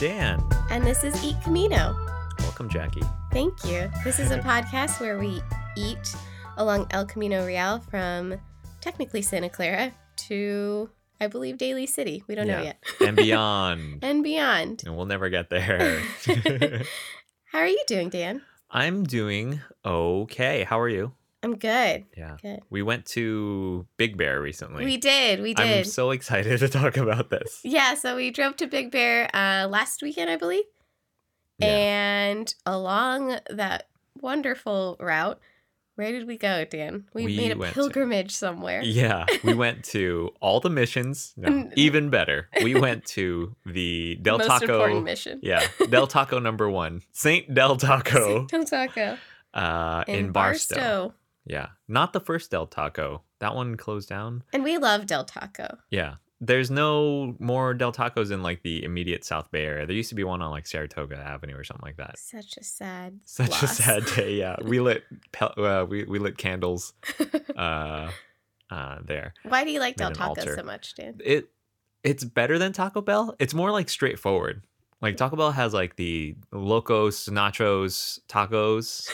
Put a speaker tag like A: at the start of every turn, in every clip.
A: Dan.
B: And this is Eat Camino.
A: Welcome, Jackie.
B: Thank you. This is a podcast where we eat along El Camino Real from technically Santa Clara to, I believe, Daly City. We don't know
A: Yeah.
B: yet.
A: And beyond.
B: and beyond.
A: and we'll never get there.
B: How are you doing, Dan?
A: I'm doing okay. How are you?
B: I'm good.
A: Yeah.
B: Good.
A: We went to Big Bear recently.
B: We did. We
A: I'm
B: did.
A: so excited to talk about this.
B: yeah. So we drove to Big Bear uh, last weekend, I believe.
A: Yeah.
B: And along that wonderful route, where did we go, Dan? We,
A: We
B: made a
A: went to-
B: pilgrimage somewhere.
A: Yeah, we went to all the missions. No,
B: And-
A: even better, we went to the Del
B: Mm. Most
A: Taco.
B: important mission.
A: Yeah, Del Taco number one, Saint Del Taco,
B: Del Taco.
A: uh, in, Barstow. Yeah, not the first Del Taco. That one closed down.
B: And we love Del Taco.
A: Yeah, there's no more Del Tacos in like the immediate South Bay area. There used to be one on like Saratoga Avenue or something like that.
B: Such a sad
A: Such a
B: loss.
A: sad day. Yeah, we lit pel- uh, we we lit candles uh, uh, there.
B: Why do you like
A: Made
B: Del
A: an
B: Taco
A: altar.
B: so much, Dan?
A: it it's better than Taco Bell. It's more like straightforward. Like Taco Bell has like the locos nachos tacos,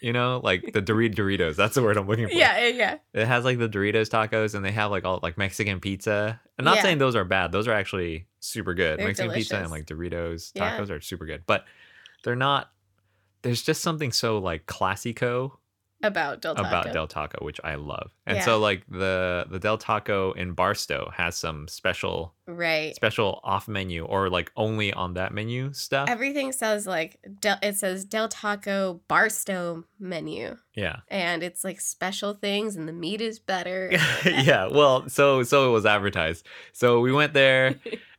A: you know, like the Dorito Doritos. That's the word I'm looking for.
B: Yeah, yeah.
A: It has like the Doritos tacos and they have like all like Mexican pizza. I'm not
B: Yeah.
A: saying those are bad. Those are actually super good.
B: They're
A: Mexican pizza and
B: delicious.
A: like Doritos
B: Yeah.
A: tacos are super good. But they're not there's just something so like classico
B: About Del Taco.
A: about Del Taco, which I love. And
B: Yeah.
A: so like the the Del Taco in Barstow has some special
B: Right.
A: special off menu or like only on that menu stuff.
B: Everything says like Del, it says Del Taco Barstow menu,
A: yeah.
B: and it's like special things, and the meat is better.
A: yeah. Well, so so it was advertised. So we went there.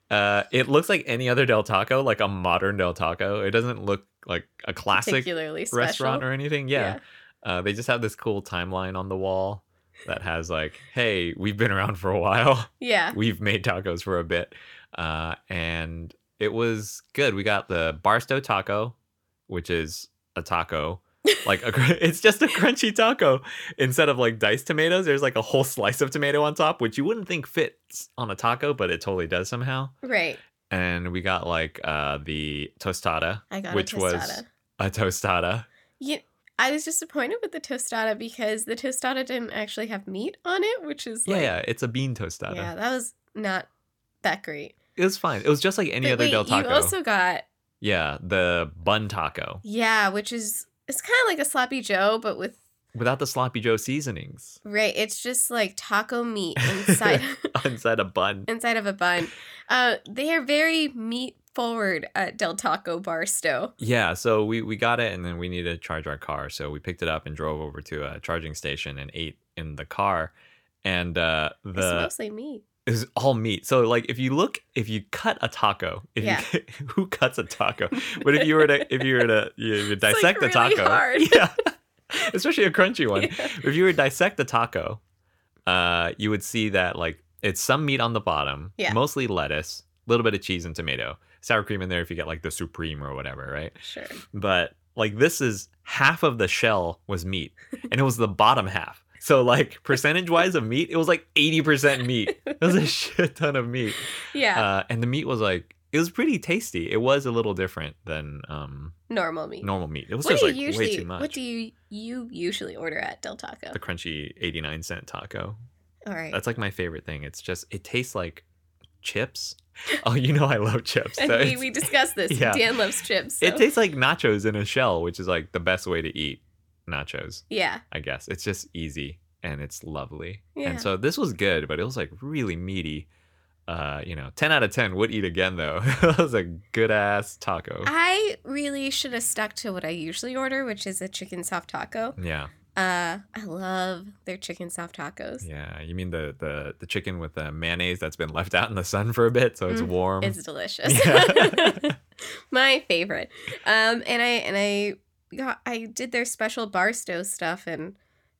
A: Uh it looks like any other Del Taco, like a modern Del Taco. It doesn't look like a classic
B: particularly special.
A: restaurant or anything. Yeah. Uh they just have this cool timeline on the wall that has like, "Hey, we've been around for a while."
B: Yeah.
A: we've made tacos for a bit. Uh, and it was good. We got the Barstow taco, which is a taco. Like a, cr- it's just a crunchy taco. Instead of like diced tomatoes, there's like a whole slice of tomato on top, which you wouldn't think fits on a taco, but it totally does somehow.
B: Right.
A: And we got like uh, the tostada,
B: I got
A: which
B: a
A: was-
B: tostada.
A: a tostada.
B: You, I was disappointed with the tostada because the tostada didn't actually have meat on it, which is
A: Yeah,
B: like,
A: yeah, it's a bean tostada.
B: yeah, that was not that great.
A: It was fine. It was just like any
B: But
A: other
B: wait,
A: Del Taco.
B: You also got
A: yeah, the bun taco
B: yeah, which is it's kind of like a sloppy joe, but with
A: without the sloppy Joe seasonings.
B: right. It's just like taco meat inside
A: inside a bun.
B: inside of a bun. Uh, they are very meat forward at Del Taco Barstow.
A: Yeah, so we we got it, and then we needed to charge our car, so we picked it up and drove over to a charging station and ate in the car, and uh,
B: it's
A: the
B: mostly meat.
A: it was all meat. So like if you look, if you cut a taco, if
B: Yeah.
A: you, who cuts a taco? But if you were to if you were to you, you
B: like,
A: dissect a
B: really
A: taco,
B: hard.
A: yeah, especially a crunchy one.
B: Yeah.
A: If you were to dissect the taco, uh, you would see that like it's some meat on the bottom,
B: Yeah.
A: mostly lettuce, a little bit of cheese and tomato, sour cream in there if you get like the supreme or whatever, right?
B: Sure.
A: But like this is half of the shell was meat, and it was the bottom half. So like percentage wise of meat, it was like eighty percent meat. It was a shit ton of meat,
B: Yeah.
A: uh, and the meat was like it was pretty tasty. It was a little different than um,
B: normal meat.
A: normal meat. It was
B: what
A: just
B: do you
A: like
B: usually
A: way too much.
B: what do you you usually order at Del Taco?
A: the crunchy eighty nine cent taco.
B: All right.
A: That's like my favorite thing. It's just it tastes like chips. Oh, you know I love chips.
B: and
A: so
B: we,
A: it's-
B: we discussed this.
A: Yeah.
B: Dan loves chips. so-
A: It tastes like nachos in a shell, which is like the best way to eat nachos,
B: yeah.
A: I guess. It's just easy and it's lovely.
B: Yeah.
A: And so this was good, but it was like really meaty. Uh, you know, 10 out of 10 would eat again though. that was a good ass taco.
B: I really should have stuck to what I usually order, which is a chicken soft taco.
A: yeah.
B: Uh, I love their chicken soft tacos.
A: Yeah, you mean the the the chicken with the mayonnaise that's been left out in the sun for a bit so it's
B: Mm,
A: warm.
B: It's delicious.
A: Yeah.
B: My favorite. Um, and I and I got I did their special Barstow stuff, and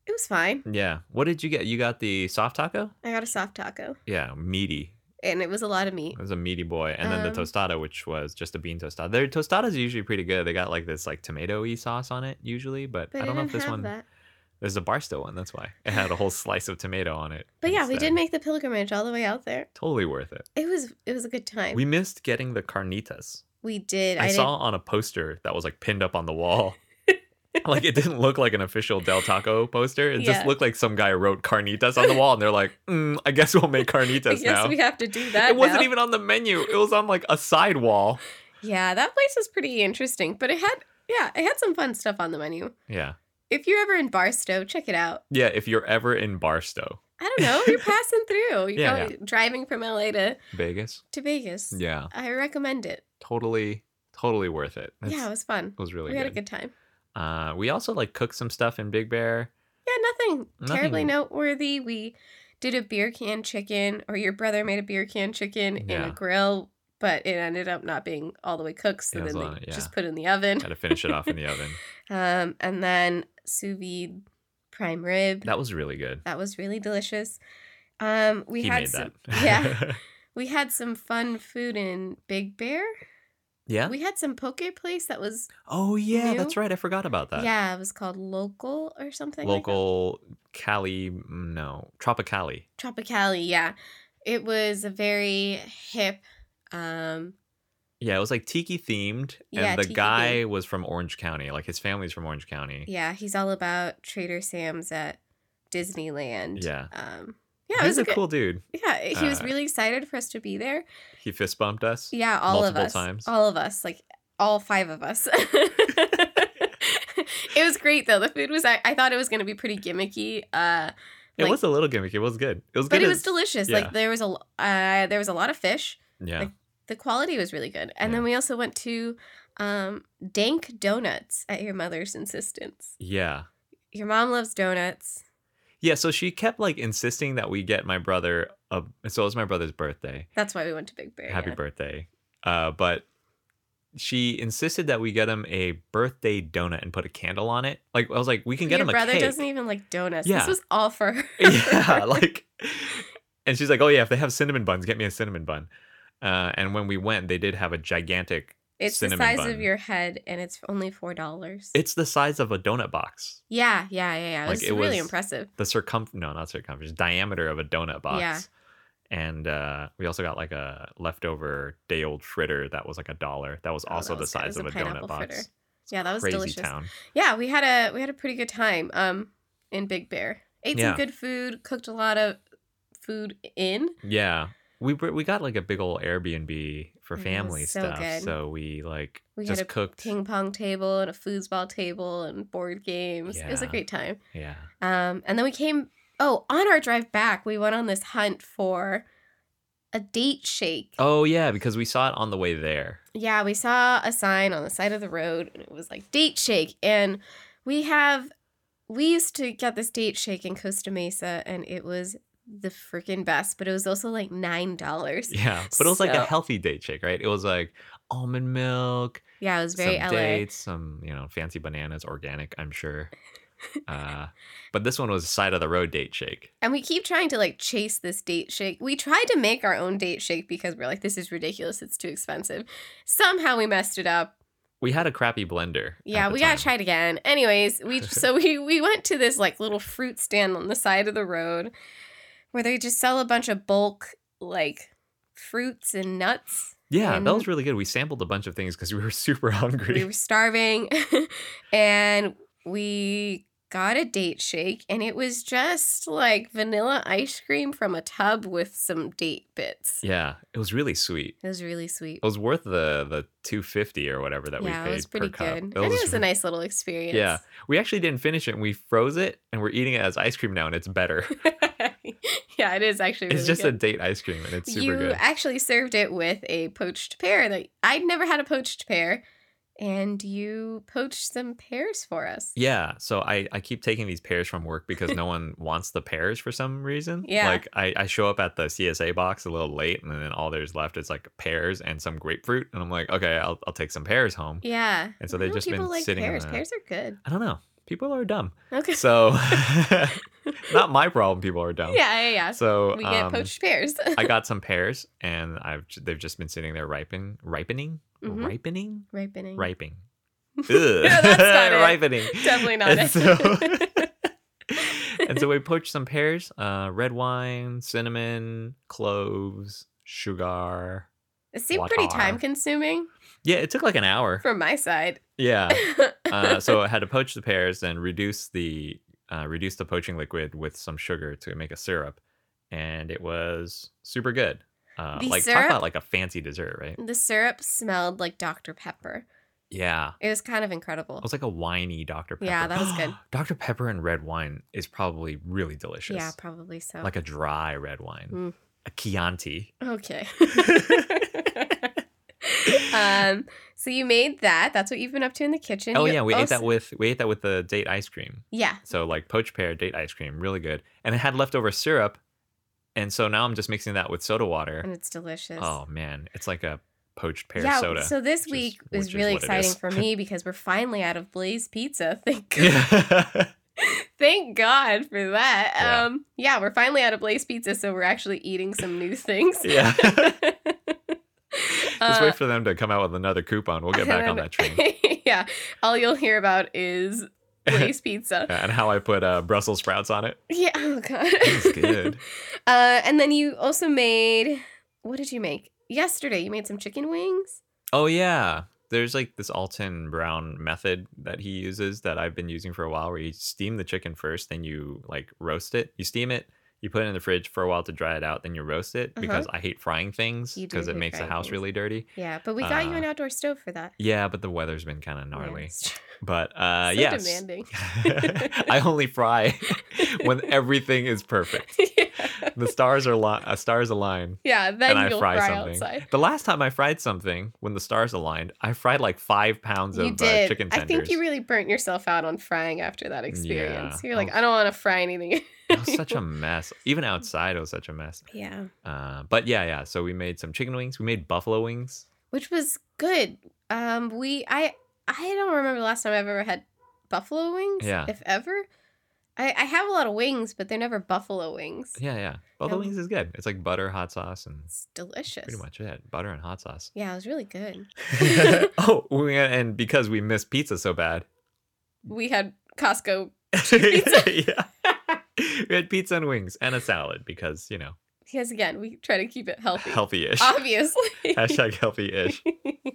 B: it was fine.
A: yeah. What did you get? You got the soft taco?
B: I got a soft taco,
A: Yeah, meaty.
B: and it was a lot of meat.
A: It was a meaty boy, and then the
B: Um,
A: tostada, which was just a bean tostada. Their tostadas are usually pretty good. They got like this like tomatoey sauce on it usually, but,
B: But
A: I don't know if
B: didn't
A: this
B: have
A: one.
B: that.
A: There's a Barstow one, that's why it had a whole slice of tomato on it.
B: But yeah, we
A: instead.
B: did make the pilgrimage all the way out there.
A: totally worth it.
B: It was it was a good time.
A: We missed getting the carnitas.
B: We did.
A: I,
B: didn't-
A: saw on a poster that was like pinned up on the wall. like it didn't look like an official Del Taco poster. It
B: Yeah.
A: just looked like some guy wrote carnitas on the wall, and they're like, mm, "I guess we'll make
B: I guess
A: carnitas now."
B: we have to do that.
A: it wasn't
B: now.
A: even on the menu. It was on like a side wall.
B: Yeah, that place was pretty interesting, but it had yeah, it had some fun stuff on the menu.
A: Yeah,
B: If you're ever in Barstow, check it out.
A: yeah. If you're ever in Barstow,
B: I don't know, you're passing through. You're
A: Yeah,
B: probably driving from LA to,
A: Vegas,
B: to Vegas.
A: yeah,
B: I recommend it.
A: totally, totally worth it.
B: yeah, it
A: It's-
B: was fun.
A: it was really
B: we had
A: good.
B: a good time.
A: Uh, we also like cooked some stuff in Big Bear.
B: Yeah, nothing, terribly
A: Nothing.
B: noteworthy. We did a beer can chicken, or your brother made a beer can chicken in
A: Yeah.
B: a grill, but it ended up not being all the way cooked, so
A: It was
B: then they
A: on it, yeah.
B: just put it in the oven.
A: Had to finish it off in the oven.
B: Um, and then sous vide prime rib.
A: That was really good.
B: That was really delicious. Um, we
A: he
B: had
A: made
B: some,
A: that.
B: yeah. we had some fun food in Big Bear.
A: yeah.
B: We had some poke place that was
A: Oh yeah,
B: New?
A: that's right. I forgot about that.
B: yeah, it was called Local or something. like that.
A: Local Cali, mm, no Tropicali.
B: Tropicali. Yeah, it was a very hip. Um,
A: Yeah, it was like tiki themed,
B: Yeah,
A: and the
B: tiki
A: guy was from Orange County. Like his family's from Orange County.
B: yeah, he's all about Trader Sam's at Disneyland.
A: Yeah.
B: Um, yeah, it
A: he's
B: was
A: a
B: a good,
A: cool dude.
B: Yeah, he was
A: uh,
B: really excited for us to be there.
A: He fist bumped us.
B: Yeah, all of
A: multiple
B: us.
A: times.
B: All of us, like all five of us. it was great though. The food was I, I thought it was going to be pretty gimmicky. Uh
A: It
B: like-
A: was a little gimmicky. It was good. It was good.
B: but it was
A: as-
B: delicious.
A: yeah.
B: Like there was a l- uh, there was a lot of fish.
A: yeah.
B: like- The quality was really good. And then
A: Yeah.
B: we also went to um Dank Donuts at your mother's insistence.
A: yeah.
B: Your mom loves donuts.
A: Yeah. So she kept like insisting that we get my brother. A, so it was my brother's birthday.
B: That's why we went to Big Bear.
A: Happy
B: yeah.
A: birthday. Uh, but she insisted that we get him a birthday donut and put a candle on it. Like I was like, we can get
B: Your
A: him a
B: brother
A: cake.
B: doesn't even like donuts.
A: Yeah.
B: This was all for her.
A: yeah, like, and she's like, "Oh yeah, if they have cinnamon buns, get me a cinnamon bun." Uh, and when we went, they did have a gigantic.
B: it's the
A: cinnamon
B: size
A: bun.
B: of your head and it's only four dollars.
A: It's the size of a donut box.
B: Yeah, yeah, yeah, yeah. It
A: Like,
B: was
A: it
B: really
A: was-
B: impressive.
A: The circumference, no, not circumference, diameter of a donut box.
B: Yeah.
A: And uh, we also got like a leftover day old fritter that was like a dollar. That was
B: Oh,
A: also
B: that
A: the
B: was good. It
A: size
B: was
A: of
B: a
A: a,
B: pineapple
A: donut box.
B: fritter. Yeah, that was
A: Crazy
B: delicious.
A: town.
B: Yeah, we had a we had a pretty good time um in Big Bear. Ate some
A: Yeah.
B: good food, cooked a lot of food in.
A: Yeah. We, br- we got like a big old Airbnb for
B: It was
A: family
B: so
A: stuff.
B: good.
A: So we like
B: We had
A: just
B: a
A: cooked.
B: Ping pong table and a foosball table and board games. It was a
A: Yeah.
B: great time.
A: Yeah.
B: Um and then we came oh, on our drive back, we went on this hunt for a date shake.
A: Oh, yeah, because we saw it on the way there.
B: Yeah, we saw a sign on the side of the road and it was like date shake. And we have, we used to get this date shake in Costa Mesa and it was the freaking best, but it was also like $9.
A: Yeah, but it was like
B: So-
A: a healthy date shake, right? It was like almond milk,
B: Yeah, it was very
A: some
B: LA.
A: dates, some you know fancy bananas, organic, I'm sure. Uh, but this one was side of the road date shake.
B: And we keep trying to like chase this date shake. We tried to make our own date shake because we're like, this is ridiculous. It's too expensive. Somehow we messed it up.
A: We had a crappy blender.
B: Yeah, we gotta try it again. Anyways, we so we we went to this like little fruit stand on the side of the road where they just sell a bunch of bulk like fruits and nuts.
A: Yeah, that was
B: and-
A: really good. We sampled a bunch of things because we were super
B: We
A: hungry.
B: were starving, and we got a date shake, and it was just like vanilla ice cream from a tub with some date bits.
A: Yeah, it was really sweet.
B: It was really sweet.
A: It was worth the the two fifty or whatever that
B: yeah,
A: we paid
B: it was pretty
A: per cup.
B: good. and it was a nice little experience.
A: Yeah, we actually didn't finish it. and We froze it, and we're eating it as ice cream now, and it's better.
B: yeah, it is actually. Really
A: it's just
B: good.
A: a date ice cream, and it's super
B: you
A: good.
B: actually served it with a poached pear that I'd never had a poached pear, and you poached some pears for us.
A: Yeah, so I I keep taking these pears from work because no one wants the pears for some reason.
B: Yeah.
A: like I I show up at the CSA box a little late, and then all there's left is like pears and some grapefruit, and I'm like, okay, I'll I'll take some pears home.
B: Yeah.
A: And so they've
B: Why don't
A: just been
B: people like
A: sitting in
B: pears.
A: the-
B: Pears are good.
A: I don't know, people are dumb,
B: Okay.
A: so not my problem. People are dumb.
B: yeah, yeah, yeah.
A: So
B: we get
A: um,
B: poached pears.
A: I got some pears, and I've j- they've just been sitting there ripening, ripening,
B: Mhm.
A: ripening,
B: Ripening.
A: ripening. Ugh.
B: Mm-hmm. that's not it.
A: ripening.
B: Definitely not.
A: And
B: it.
A: so- and so we poached some pears, uh, red wine, cinnamon, cloves, sugar.
B: it seemed pretty
A: Watar.
B: time consuming.
A: Yeah, it took like an hour.
B: from my side.
A: Yeah. Uh, so I had to poach the pears and reduce the uh, reduce the poaching liquid with some sugar to make a syrup, and it was super good. Uh,
B: The
A: like
B: syrup-
A: talk about like a fancy dessert, right?
B: the syrup smelled like Dr. Pepper.
A: Yeah,
B: It was kind of incredible.
A: it was like a winey Dr Pepper.
B: Yeah, that was good.
A: Dr Pepper and red wine is probably really delicious.
B: yeah, probably so.
A: like a dry red wine,
B: Mm.
A: a Chianti.
B: okay. um, so you made that. That's what you've been up to in the kitchen.
A: oh
B: You
A: yeah, we ate
B: also-
A: that with we ate that with the date ice cream.
B: Yeah,
A: So like poached pear, date ice cream, really good. And it had leftover syrup, and so now I'm just mixing that with soda water.
B: and it's delicious.
A: Oh man, it's like a poached pear
B: yeah,
A: soda.
B: so this
A: which is-
B: week
A: which
B: was
A: is
B: really
A: what it
B: exciting
A: is.
B: for me because we're finally out of Blaze Pizza. Thank God.
A: yeah.
B: Thank God for that.
A: Yeah.
B: Um, yeah, we're finally out of Blaze Pizza, so we're actually eating some new things.
A: Yeah. Just
B: Uh,
A: wait for them to come out with another coupon. We'll get back on that train.
B: yeah, all you'll hear about is Blaze Pizza.
A: and how I put uh, Brussels sprouts on it.
B: Yeah, oh God.
A: It's good.
B: Uh, and then you also made. What did you make yesterday? You made some chicken wings.
A: Oh yeah. There's like this Alton Brown method that he uses that I've been using for a while where you steam the chicken first, then you like roast it. You steam it, you put it in the fridge for a while to dry it out, then you roast it
B: Uh-huh.
A: because I hate frying things
B: You do
A: because it
B: hate
A: makes the
B: frying
A: house
B: things.
A: really dirty.
B: Yeah, but we got you
A: Uh,
B: an outdoor stove for that.
A: Yeah, but the weather's been kind of gnarly.
B: Yes.
A: But uh
B: so
A: yes.
B: demanding.
A: I only fry when everything is perfect.
B: yeah.
A: The stars are li- uh, stars align.
B: yeah, then
A: and I
B: you'll
A: fry,
B: fry,
A: something.
B: outside.
A: The last time I fried something, when the stars aligned, I fried like five pounds
B: You
A: of
B: did.
A: Uh, chicken
B: I
A: tenders.
B: think you really burnt yourself out on frying after that experience.
A: Yeah. Oh.
B: You're like, I don't want to fry anything.
A: it was such a mess. Even outside, it was such a mess.
B: yeah,
A: Uh, but yeah, yeah. So we made some chicken wings. We made buffalo wings.
B: which was good. Um, we I I don't remember the last time I've ever had buffalo wings.
A: Yeah.
B: if ever. I, I have a lot of wings, but they're never buffalo wings.
A: Yeah, yeah. Buffalo
B: Yeah.
A: wings is good. It's like butter, hot sauce, and
B: It's delicious.
A: pretty much it. Butter and hot sauce.
B: Yeah, it was really good.
A: oh, we, and because we missed pizza so bad.
B: We had Costco.
A: yeah. We had pizza and wings and a salad because, you know,
B: Because again, we try to keep it healthy. Um,
A: healthy ish.
B: Obviously.
A: Hashtag healthy ish.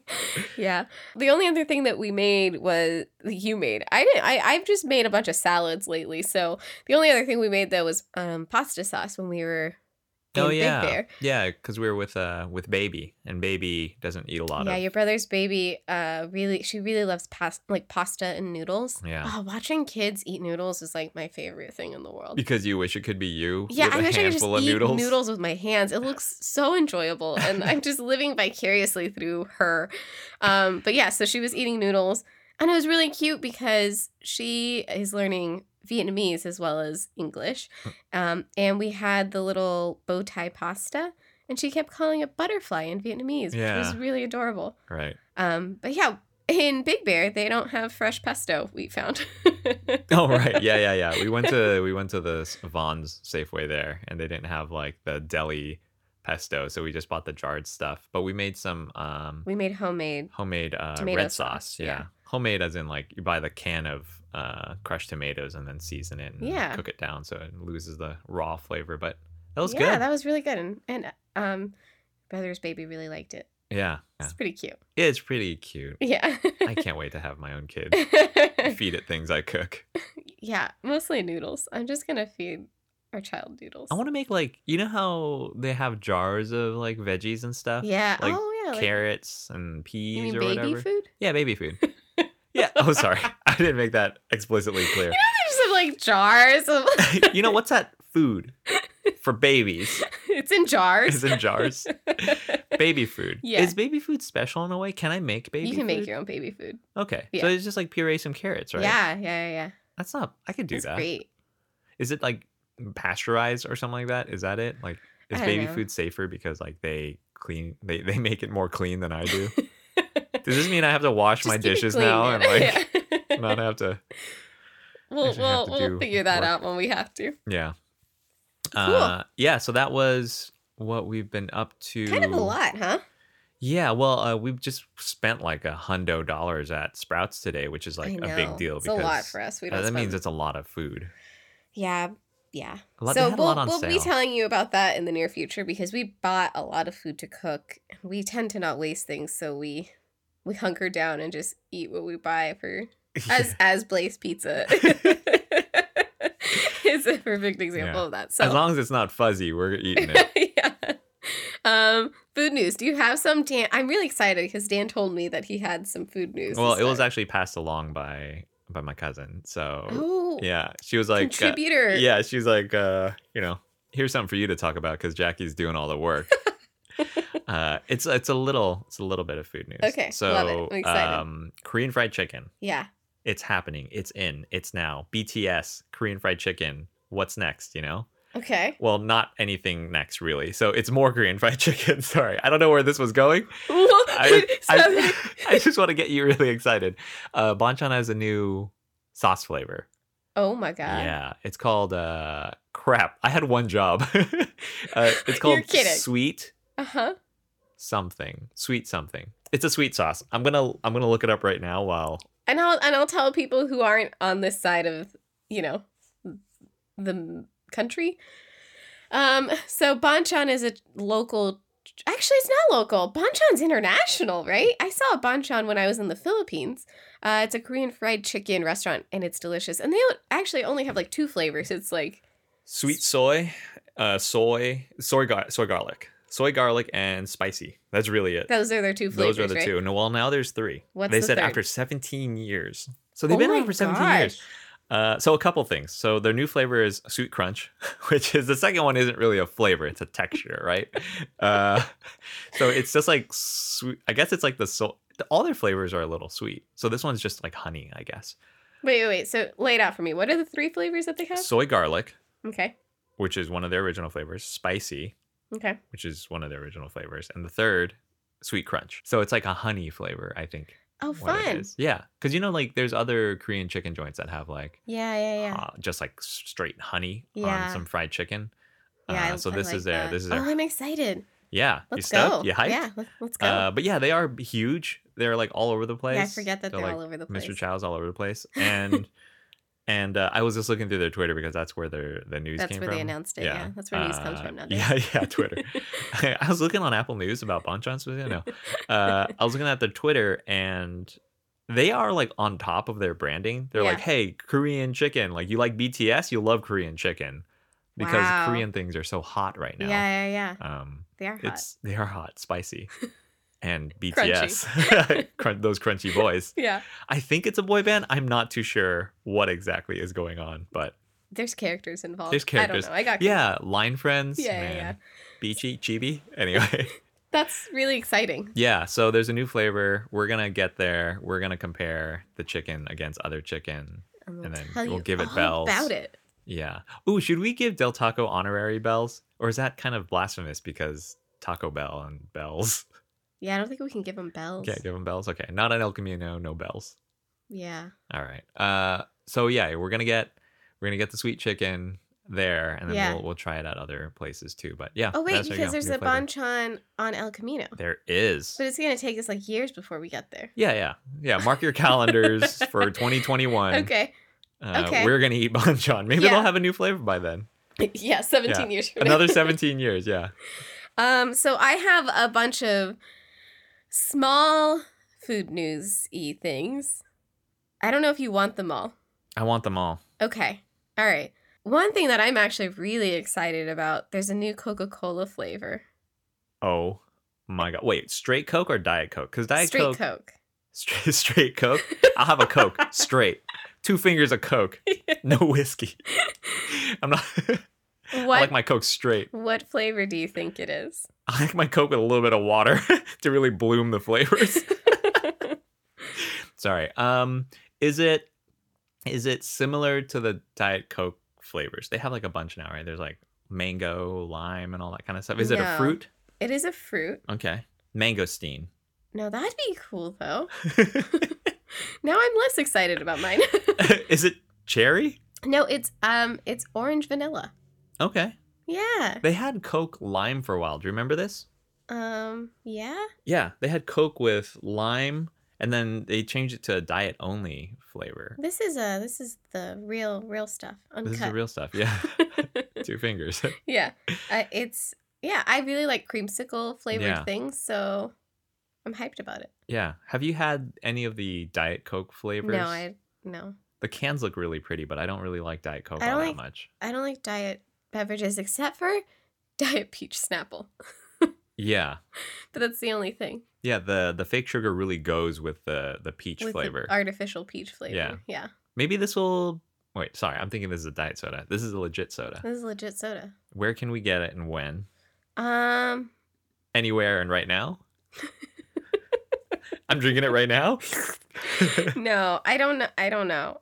B: yeah. The only other thing that we made was that you made. I didn't. I I've just made a bunch of salads lately. So the only other thing we made though was um, pasta sauce when we were. in
A: Oh
B: Big
A: yeah,
B: Bear.
A: yeah. Because we were with uh with baby, and baby doesn't eat a lot
B: yeah,
A: of
B: your brother's baby. Uh, really, she really loves pasta, like pasta and noodles.
A: yeah.
B: Oh, watching kids eat noodles is like my favorite thing in the world.
A: Because you wish it could be you.
B: Yeah,
A: with
B: I
A: a
B: wish I could just
A: handful of
B: eat noodles.
A: noodles.
B: with my hands. It looks so enjoyable, and I'm just living vicariously through her. Um, but yeah, so she was eating noodles, and it was really cute because she is learning Vietnamese as well as English. Um, and we had the little bow tie pasta, and she kept calling it butterfly in Vietnamese, which
A: Yeah.
B: was really adorable.
A: Right.
B: Um, but yeah, in Big Bear, they don't have fresh pesto. We found.
A: Oh right. Yeah, yeah, yeah. We went to we went to the S- Vaughn's Safeway there, and they didn't have like the deli pesto, so we just bought the jarred stuff. But we made some um
B: We made homemade.
A: homemade uh,
B: Tomato
A: red
B: sauce,
A: sauce. Yeah.
B: yeah.
A: Homemade, as in like you buy the can of uh, crushed tomatoes and then season it and
B: Yeah.
A: cook it down so it loses the raw flavor. But that was
B: yeah,
A: good.
B: that was really good, and and um, brother's baby really liked it.
A: yeah. yeah.
B: It's pretty cute.
A: It's pretty cute.
B: Yeah.
A: I can't wait to have my own kid feed it things I cook.
B: yeah, mostly noodles. I'm just gonna feed our child noodles.
A: I want to make like you know how they have jars of like veggies and stuff.
B: Yeah.
A: uh, like,
B: oh yeah. Like,
A: Carrots and peas
B: you mean
A: or
B: baby
A: whatever.
B: food?
A: Yeah, baby food. yeah. Oh, sorry. I didn't make that explicitly clear.
B: There's some like jars. Of,
A: you know what's that food for babies?
B: it's in jars.
A: Is in jars. baby food.
B: Yeah.
A: Is baby food special in a way? Can I make baby?
B: you can make
A: food?
B: your own baby food.
A: Okay.
B: Yeah.
A: So it's just like puree some carrots, right?
B: Yeah, yeah, yeah, yeah.
A: That's not. I could do
B: That's
A: that. Is
B: great.
A: it like pasteurized or something like that? Is that it? Like, is
B: I don't
A: baby
B: know.
A: food safer because like they clean they they make it more clean than I do? Does this mean I have to wash
B: Just
A: my
B: keep it
A: dishes
B: clean,
A: now and like
B: man. Yeah.
A: not have to?
B: we'll
A: actually have
B: we'll,
A: to
B: we'll
A: do
B: figure that
A: work.
B: out when we have to.
A: Yeah. Uh, yeah. So that was what we've been up to.
B: Kind of a lot, huh?
A: Yeah, well, uh, we've just spent like a hundo dollars at Sprouts today, which is
B: I
A: like a
B: know.
A: big deal
B: It's a lot for us. We
A: uh,
B: don't.
A: that means
B: spend-
A: it's a lot of food.
B: Yeah, yeah.
A: A lot, they
B: so
A: had a
B: we'll
A: lot on
B: we'll be
A: sale.
B: telling you about that in the near future because we bought a lot of food to cook. We tend to not waste things, so we we hunker down and just eat what we buy for as as Blaze Pizza. it's a perfect example
A: Yeah.
B: of that. So
A: As long as it's not fuzzy, we're eating it.
B: yeah. Um, food news. Do you have some Dan? I'm really excited because Dan told me that he had some food news.
A: well,
B: this
A: it was
B: time.
A: actually passed along by by my cousin. So
B: oh
A: yeah, she was like, uh,
B: contributor.
A: yeah, she's like, uh, you know, here's something for you to talk about because Jackie's doing all the work. uh, it's it's a little it's a little bit of food news.
B: Okay,
A: so
B: love it. I'm excited.
A: um, Korean fried chicken,
B: yeah.
A: it's happening, it's in, it's now. BTS Korean fried chicken. What's next? You know,
B: Okay.
A: well, not anything next really. So it's more Korean fried chicken. Sorry, I don't know where this was going. I, I, I just want to get you really excited. Uh, Bonchon has a new sauce flavor.
B: oh my god.
A: Yeah, it's called uh, crap. I had one job. uh,
B: You're
A: it's called
B: kidding.
A: sweet
B: Uh huh.
A: something. Sweet something. It's a sweet sauce. I'm gonna I'm gonna look it up right now. While
B: And I'll and I'll tell people who aren't on this side of you know the m- country. Um. So Bonchon is a local. Actually, it's not local. Bonchon's international, right? I saw a Bonchon when I was in the Philippines. Uh, it's a Korean fried chicken restaurant, and it's delicious. And they o- actually only have like two flavors. It's like
A: sweet soy, uh, soy soy gar- soy garlic, soy garlic and spicy. That's really it.
B: those are their two flavors.
A: Those are the
B: right?
A: two. No, well now there's three.
B: What's
A: they
B: the
A: said
B: third?
A: after 17 years. So they've
B: Oh
A: been
B: my
A: around for 17 years.
B: gosh.
A: Uh, so a couple things. So their new flavor is sweet crunch, which is the second one isn't really a flavor; it's a texture, right? uh, so it's just like sweet. I guess it's like the so all their flavors are a little sweet. So this one's just like honey, I guess.
B: Wait, wait, wait. So lay it out for me. What are the three flavors that they have?
A: Soy garlic,
B: Okay.
A: which is one of their original flavors. Spicy,
B: Okay.
A: which is one of their original flavors, and the third, sweet crunch. So it's like a honey flavor, I think.
B: Oh,
A: what it
B: fun.
A: is. Yeah, because you know, like there's other Korean chicken joints that have like
B: Yeah, yeah, yeah.
A: uh, just like straight honey
B: Yeah.
A: on some fried chicken.
B: yeah,
A: uh,
B: I-
A: so
B: I
A: this
B: like
A: is their
B: that.
A: this is
B: Oh,
A: their
B: I'm excited.
A: yeah.
B: Let's
A: you
B: go.
A: You hyped?
B: Yeah, let, us go.
A: Uh, but yeah, they are huge. They're like all over the place.
B: yeah, I forget that
A: They're,
B: they're,
A: like,
B: all over the place.
A: Mr. Chow's all over the place, and and uh, I was just looking through their Twitter because that's where their the news
B: That's
A: came
B: where
A: from.
B: they announced it. Yeah, that's where news comes
A: Uh,
B: from nowadays.
A: Yeah, yeah, Twitter. I was looking on Apple News about Bonchon specifically. No, uh, I was looking at their Twitter and they are like on top of their branding. They're
B: Yeah.
A: like, hey, Korean chicken. Like, you like BTS, you'll love Korean chicken because
B: Wow.
A: Korean things are so hot right now.
B: Yeah, yeah, yeah.
A: Um,
B: They are hot.
A: it's they are hot, spicy, and BTS, Crun- those crunchy boys.
B: yeah,
A: I think it's a boy band. I'm not too sure what exactly is going on, but
B: there's characters involved.
A: There's characters.
B: I don't know. I got.
A: yeah, line friends,
B: Yeah, yeah,
A: man,
B: yeah.
A: beachy, chibi. Anyway.
B: That's really exciting.
A: Yeah, so there's a new flavor. We're gonna get there. We're gonna compare the chicken against other chicken.
B: And
A: And then
B: tell
A: we'll
B: you
A: give it
B: all
A: bells.
B: About it.
A: Yeah. Ooh, should we give Del Taco honorary bells, or is that kind of blasphemous because Taco Bell and bells?
B: Yeah, I don't think we can give them bells.
A: Can't give them bells. Okay, not an El Camino, no bells.
B: Yeah.
A: All right. Uh, so yeah, we're gonna get we're gonna get the sweet chicken there, and then
B: Yeah.
A: we'll we'll try it at other places too. But yeah.
B: Oh wait,
A: that's- there you
B: because
A: go,
B: there's
A: new
B: a
A: flavor.
B: bonchon on El Camino,
A: There is.
B: but it's gonna take us like years before we get there.
A: Yeah, yeah, yeah. Mark your calendars for 2021.
B: Okay.
A: Uh,
B: Okay.
A: We're gonna eat bonchon. Maybe
B: Yeah.
A: they'll have a new flavor by then.
B: yeah, 17 years from now.
A: Another 17 years, yeah.
B: Um, so I have a bunch of small food news y things. I don't know if you want them all.
A: I want them all.
B: Okay. All right. One thing that I'm actually really excited about, there's a new Coca-Cola flavor.
A: Oh my god! Wait, straight Coke or Diet Coke? Because Diet
B: Straight
A: Coke,
B: Coke.
A: Straight, straight Coke. I'll have a Coke straight. Two fingers of Coke, no whiskey. I'm not. I
B: What
A: like my Coke straight.
B: what flavor do you think it is?
A: I like my Coke with a little bit of water to really bloom the flavors. Sorry. Um, is it is it similar to the Diet Coke flavors? They have like a bunch now, right? There's like mango, lime, and all that kind of stuff. Is it
B: No.
A: a fruit?
B: It is a fruit.
A: Okay, mangosteen.
B: No, that'd be cool though. now I'm less excited about mine.
A: is it cherry?
B: no, it's um it's orange vanilla.
A: Okay.
B: Yeah.
A: They had Coke lime for a while. Do you remember this?
B: Um yeah.
A: Yeah, they had Coke with lime, and then they changed it to a diet only flavor.
B: This is uh this is the real real stuff. Uncut.
A: This is the real stuff. Yeah, two fingers.
B: yeah. Uh, it's yeah, I really like creamsicle flavored
A: Yeah.
B: things, so I'm hyped about it.
A: Yeah. Have you had any of the Diet Coke flavors?
B: No, I no.
A: The cans look really pretty, but I don't really like Diet Coke
B: I
A: all
B: don't
A: that
B: like-
A: much.
B: I don't like diet beverages except for diet peach snapple.
A: Yeah.
B: But that's the only thing.
A: Yeah, the the fake sugar really goes with the the peach
B: with the
A: flavor.
B: artificial peach flavor.
A: Yeah.
B: Yeah.
A: Maybe this will Wait, sorry. I'm thinking this is a diet soda. This is a legit soda.
B: This is legit soda.
A: Where can we get it and when?
B: Um
A: Anywhere and right now? I'm drinking it right now.
B: no, I don't know. I don't know.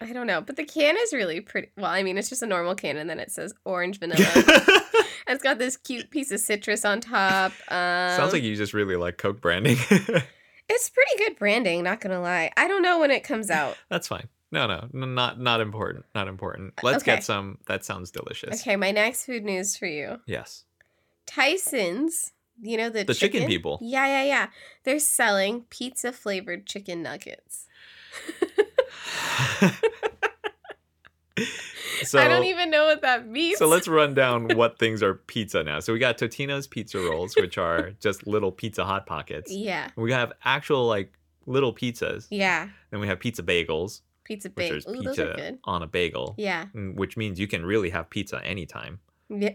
B: I don't know. But the can is really pretty. Well, I mean, it's just a normal can, and then it says orange vanilla. and it's got this cute piece of citrus on top. Um,
A: Sounds like you just really like Coke branding.
B: it's pretty good branding. Not gonna lie. I don't know when it comes out.
A: That's fine. No, no, n- not not important. Not important. Let's
B: Uh, okay.
A: get some. That sounds delicious.
B: Okay, my next food news for you:
A: Yes.
B: Tyson's. You know the
A: The chicken people.
B: Yeah, yeah, yeah. They're selling pizza flavored chicken nuggets.
A: so
B: I don't even know what that means.
A: so let's run down what things are pizza now. So we got Totino's pizza rolls, which are just little pizza hot pockets.
B: Yeah,
A: We have actual like little pizzas.
B: yeah.
A: Then we have pizza bagels,
B: Pizza
A: which
B: bake.
A: is
B: Ooh, those are
A: pizza
B: good.
A: on a bagel,
B: Yeah.
A: mm, which means you can really have pizza anytime.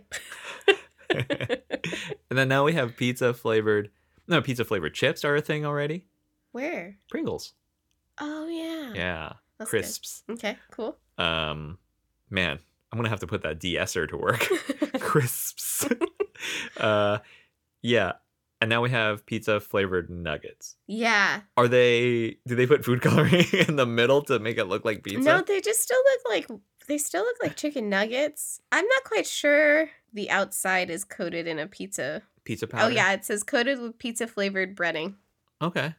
B: Yep.
A: and then now we have pizza flavored. No, pizza flavored chips are a thing already.
B: Where?
A: Pringles.
B: Oh yeah.
A: Yeah.
B: That's good.
A: Crisps.
B: Okay, cool.
A: Um, man, I'm gonna have to put that de-esser to work. Crisps. uh, yeah. And now we have pizza flavored nuggets.
B: yeah.
A: Are they? Do they put food coloring in the middle to make it look like pizza?
B: No, they just still look like they still look like chicken nuggets. I'm not quite sure the outside is coated in a pizza.
A: Pizza powder.
B: Oh yeah, it says coated with pizza flavored breading.
A: Okay.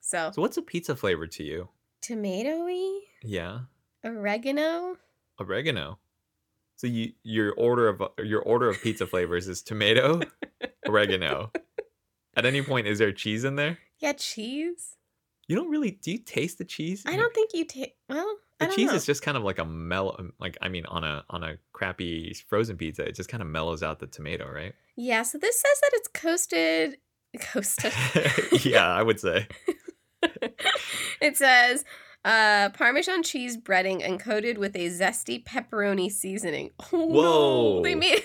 B: So
A: So what's a pizza flavor to you?
B: tomatoey,
A: Yeah.
B: oregano.
A: Oregano. So you your order of your order of pizza flavors is tomato, oregano. At any point, is there cheese in there?
B: Yeah, cheese.
A: You don't really. Do you taste the cheese?
B: I
A: in-
B: don't think you take well. I
A: The
B: don't
A: cheese
B: know.
A: is just kind of like a mellow, like I mean, on a on a crappy frozen pizza, it just kind of mellows out the tomato, right?
B: yeah. So this says that it's coasted. Coasted.
A: yeah, I would say.
B: it says uh, Parmesan cheese breading and coated with a zesty pepperoni seasoning. Oh no! They
A: Whoa.
B: made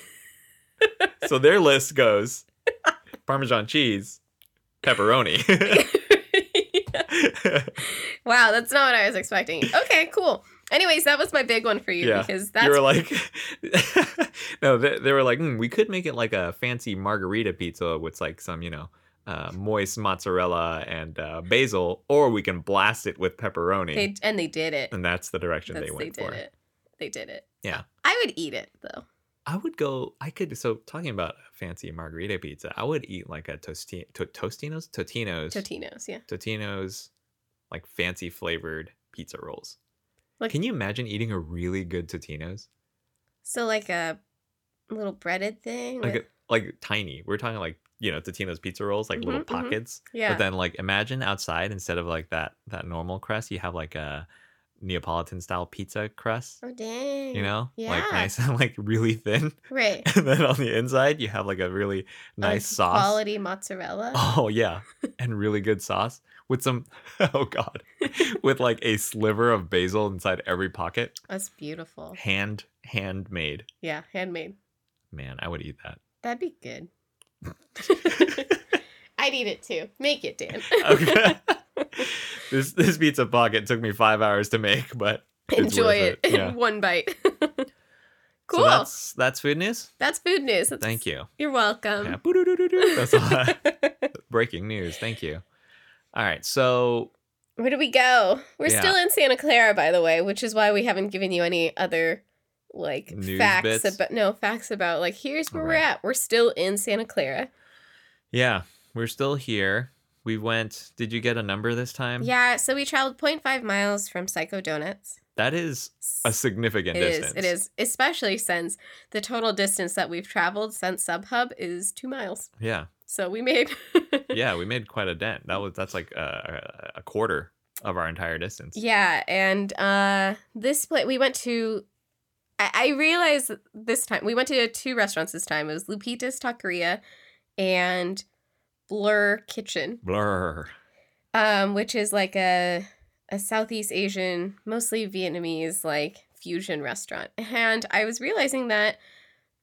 A: So their list goes Parmesan cheese, pepperoni.
B: wow, that's not what I was expecting. Okay, cool. Anyways, that was my big one for you
A: Yeah,
B: because that's
A: you were like, no, they, they were like, "Hmm, we could make it like a fancy margarita pizza with like some, you know, uh, moist mozzarella and uh, basil, or we can blast it with pepperoni.
B: they and they did it.
A: and that's the direction
B: That's,
A: they
B: they,
A: went
B: did
A: for.
B: it. They did it.
A: Yeah.
B: I would eat it though.
A: I would go. I could. So talking about fancy margarita pizza, I would eat like a tosti- to- Tostino's, Totino's,
B: Totinos, yeah.
A: Totino's, like fancy flavored pizza rolls.
B: Like-
A: Can you imagine eating a really good Totino's?
B: So like a little breaded thing.
A: Like,
B: with-
A: a- like tiny. We're talking like you know Totino's pizza rolls, like little
B: Mhm, mhm.
A: pockets.
B: yeah.
A: But then like imagine outside instead of like that that normal crust, you have like a Neapolitan style pizza crust.
B: oh dang.
A: You know,
B: Yeah.
A: like nice and like really thin.
B: Right.
A: and then on the inside you have like a really nice sauce.
B: Quality mozzarella.
A: Oh yeah, and really good sauce with some oh god, with like a sliver of basil inside every pocket,
B: That's beautiful.
A: hand handmade.
B: Yeah, handmade.
A: Man, I would eat that.
B: That'd be good. I'd eat it too. Make it, Dan.
A: Okay. this this pizza pocket took me five hours to make, but it's
B: Enjoy
A: worth
B: it, in
A: Yeah.
B: one bite. cool.
A: So
B: that's,
A: that's that's food news.
B: food news. That's,
A: Thank you.
B: You're welcome.
A: Yeah, boo-doo-doo-doo-doo. That's all I- breaking news. Thank you. All right, so
B: Where do we go? We're
A: Yeah.
B: still in Santa Clara, by the way, which is why we haven't given you any other like
A: News
B: facts
A: bits?
B: about no facts about like here's where we're
A: Right.
B: at. We're still in Santa Clara.
A: yeah, we're still here. We went. Did you get a number this time?
B: Yeah, so we traveled 0.5 miles from Psycho Donuts.
A: That is a significant
B: It is.
A: distance.
B: It is. Especially since the total distance that we've traveled since Subhub is two miles.
A: Yeah,
B: So we made.
A: yeah, we made quite a dent. That was that's like a, a quarter of our entire distance.
B: yeah. And uh, this place, we went to. I, I realized this time, we went to two restaurants this time. It was Lupita's Taqueria and Blur Kitchen.
A: Blur.
B: um, which is like a a Southeast Asian, mostly Vietnamese, like fusion restaurant. And I was realizing that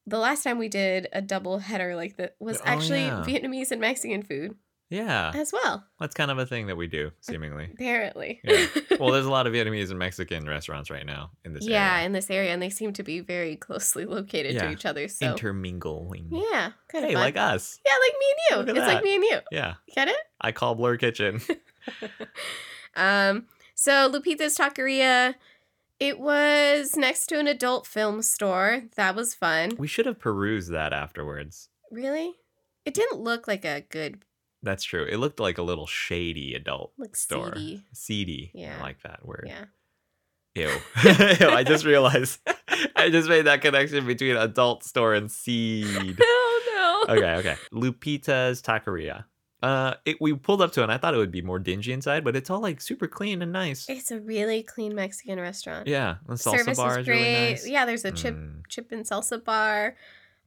B: the last time we did a double header like that was
A: Oh,
B: actually
A: yeah.
B: Vietnamese and Mexican food
A: Yeah.
B: as well,
A: That's kind of a thing that we do, seemingly.
B: apparently.
A: Yeah. Well, there's a lot of Vietnamese and Mexican restaurants right now in this
B: yeah,
A: area.
B: in this area, and they seem to be very closely located
A: Yeah.
B: to each other. So
A: Intermingling.
B: yeah, kind of
A: Hey,
B: fun.
A: like us.
B: yeah, like me and
A: Look
B: you.
A: at
B: It's
A: that.
B: like me and you.
A: Yeah.
B: Get it?
A: I call Blur Kitchen.
B: Um, so Lupita's Taqueria, it was next to an adult film store. That was fun.
A: we should have perused that afterwards.
B: Really? It didn't look like a good
A: That's true. It looked like a little shady adult
B: like
A: store.
B: seedy.
A: Seedy.
B: Yeah.
A: I like that word.
B: Yeah.
A: Ew. Ew. I just realized. I just made that connection between adult store and seed.
B: Oh no.
A: okay, okay. Lupita's Taqueria. Uh, it, we pulled up to it, and I thought it would be more dingy inside, but it's all like super clean and nice.
B: It's a really clean Mexican restaurant.
A: Yeah, the salsa
B: Service
A: bar
B: is
A: is
B: great.
A: really nice.
B: Yeah, there's a chip
A: Mm,
B: chip and salsa bar.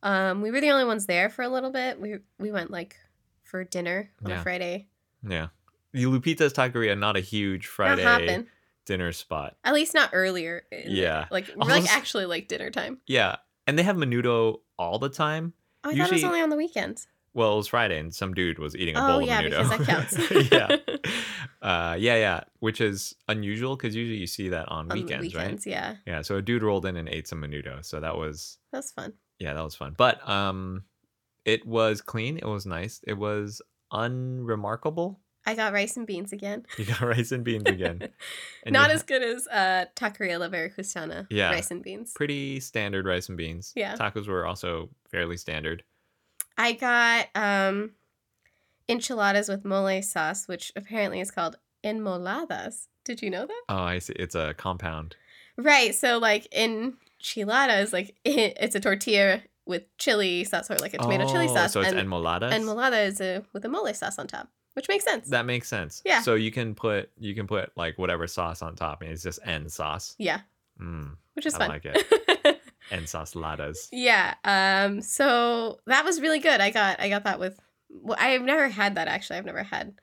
B: Um, we were the only ones there for a little bit. We we went like for dinner on
A: Yeah.
B: a Friday.
A: yeah, the Lupita's Taqueria not a huge
B: Not
A: Friday
B: hopping.
A: dinner spot.
B: At least not earlier. in-
A: Yeah.
B: Like we're,
A: Also-
B: like actually like dinner time.
A: Yeah, and they have menudo all the time.
B: Oh, I thought it was
A: Usually-
B: only on the weekends.
A: Well, it was Friday, and some dude was eating a
B: Oh
A: bowl of
B: yeah,
A: menudo.
B: because that counts.
A: yeah, uh, yeah, yeah, which is unusual because usually you see that on,
B: on
A: weekends,
B: the
A: right?
B: weekends, yeah.
A: Yeah, so a dude rolled in and ate some menudo, so that was
B: That was fun.
A: yeah, that was fun. But um, it was clean. It was nice. It was unremarkable.
B: I got rice and beans again.
A: You got rice and beans again. And
B: Not
A: you
B: as good as uh Taqueria La Veracruzana
A: Yeah.
B: rice and beans.
A: pretty standard rice and beans.
B: Yeah.
A: Tacos were also fairly standard.
B: I got um enchiladas with mole sauce, which apparently is called enmoladas. Did you know that?
A: Oh, I see. It's a compound.
B: Right. So like enchilada is like it's a tortilla with chili sauce or like a tomato chili
A: Oh,
B: sauce,
A: So it's
B: and
A: enmoladas.
B: enmolada is a, with a mole sauce on top, which makes sense.
A: That makes sense.
B: Yeah.
A: So you can put you can put like whatever sauce on top, and it's just en sauce.
B: yeah,
A: Mm,
B: which is
A: I
B: fun.
A: like en sauce ladas.
B: yeah. Um. So that was really good. I got I got that with. Well, I've never had that actually. I've never had